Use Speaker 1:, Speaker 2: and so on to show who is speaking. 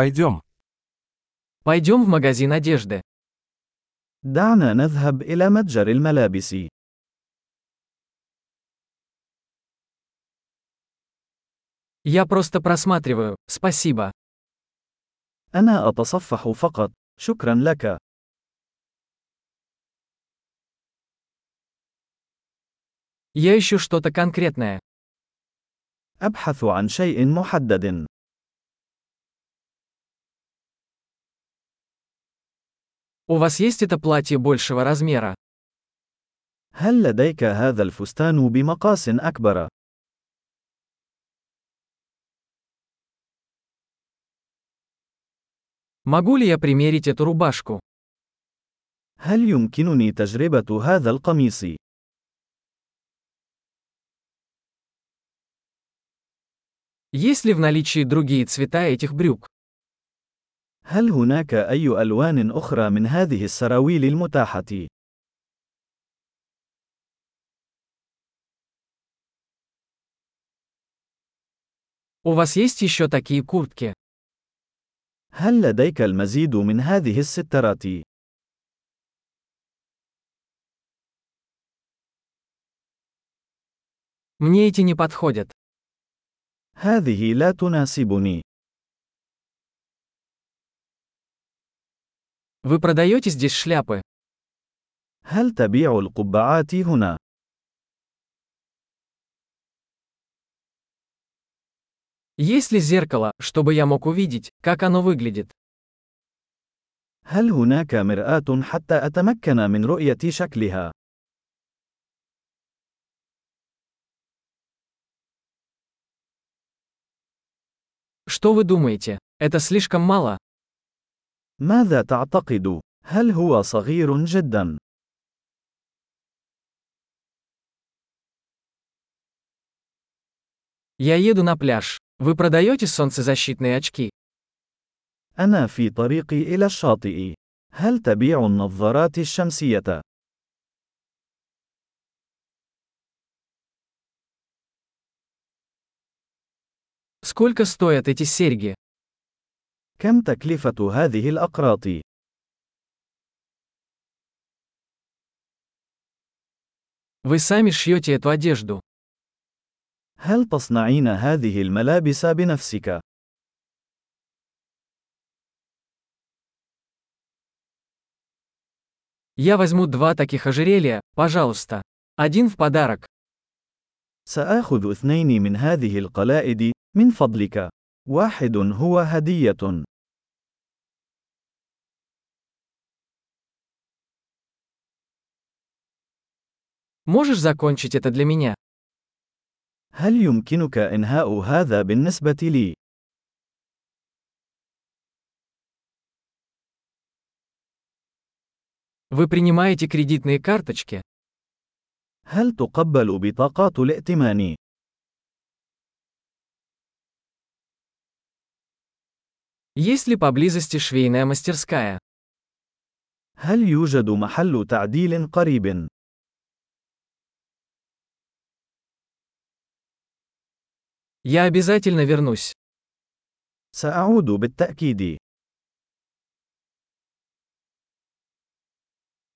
Speaker 1: Пойдем.
Speaker 2: Пойдем в магазин одежды.
Speaker 3: دعنا نذهب إلى متجر الملابس.
Speaker 2: Я просто просматриваю, спасибо.
Speaker 3: أنا أتصفح فقط. شكرا لك.
Speaker 2: Я ищу что-то конкретное.
Speaker 3: أبحث عن شيء محدد.
Speaker 2: У вас есть это платье большего размера?
Speaker 3: هل لديك هذا الفستان بمقاس أكبر؟
Speaker 2: Могу ли я примерить эту рубашку?
Speaker 3: هل يمكنني تجربة هذا القميص؟
Speaker 2: Есть ли в наличии другие цвета этих брюк?
Speaker 3: هل هناك أي ألوان أخرى من هذه السراويل المتاحة؟
Speaker 2: У вас есть еще такие куртки?
Speaker 3: هل لديك المزيد من هذه السترات؟
Speaker 2: Мне эти не подходят.
Speaker 3: هذه لا تناسبني.
Speaker 2: Вы продаете здесь шляпы?
Speaker 3: هل تبيع القبعات هنا؟
Speaker 2: Есть ли зеркало, чтобы я мог увидеть, как оно выглядит?
Speaker 3: هل هناك مرآة حتى أتمكن من رؤية شكلها؟
Speaker 2: Что вы думаете? Это слишком мало?
Speaker 3: ماذا تعتقد؟ هل هو صغير جدا؟
Speaker 2: Я еду на пляж. Вы продаете солнцезащитные очки?
Speaker 3: أنا في طريقي إلى الشاطئ. هل تبيع النظارات الشمسية؟
Speaker 2: Сколько стоят эти серьги?
Speaker 3: كم تكلفة هذه الأقراط؟
Speaker 2: Вы сами шьете эту одежду.
Speaker 3: هل تصنعين هذه الملابس بنفسك؟
Speaker 2: Я возьму два таких ожерелья, пожалуйста. Один в подарок.
Speaker 3: سآخذ اثنين من هذه القلائد، من فضلك. واحد هو هدية.
Speaker 2: Можешь закончить это для меня?
Speaker 3: هل يمكنك إنهاء هذا بالنسبة لي؟
Speaker 2: Вы принимаете кредитные карточки?
Speaker 3: هل تقبل بطاقات الائتمان؟
Speaker 2: Есть ли поблизости швейная мастерская?
Speaker 3: هل يوجد محل تعديل قريب؟
Speaker 2: Я обязательно вернусь.
Speaker 3: سأعود بالتأكيد.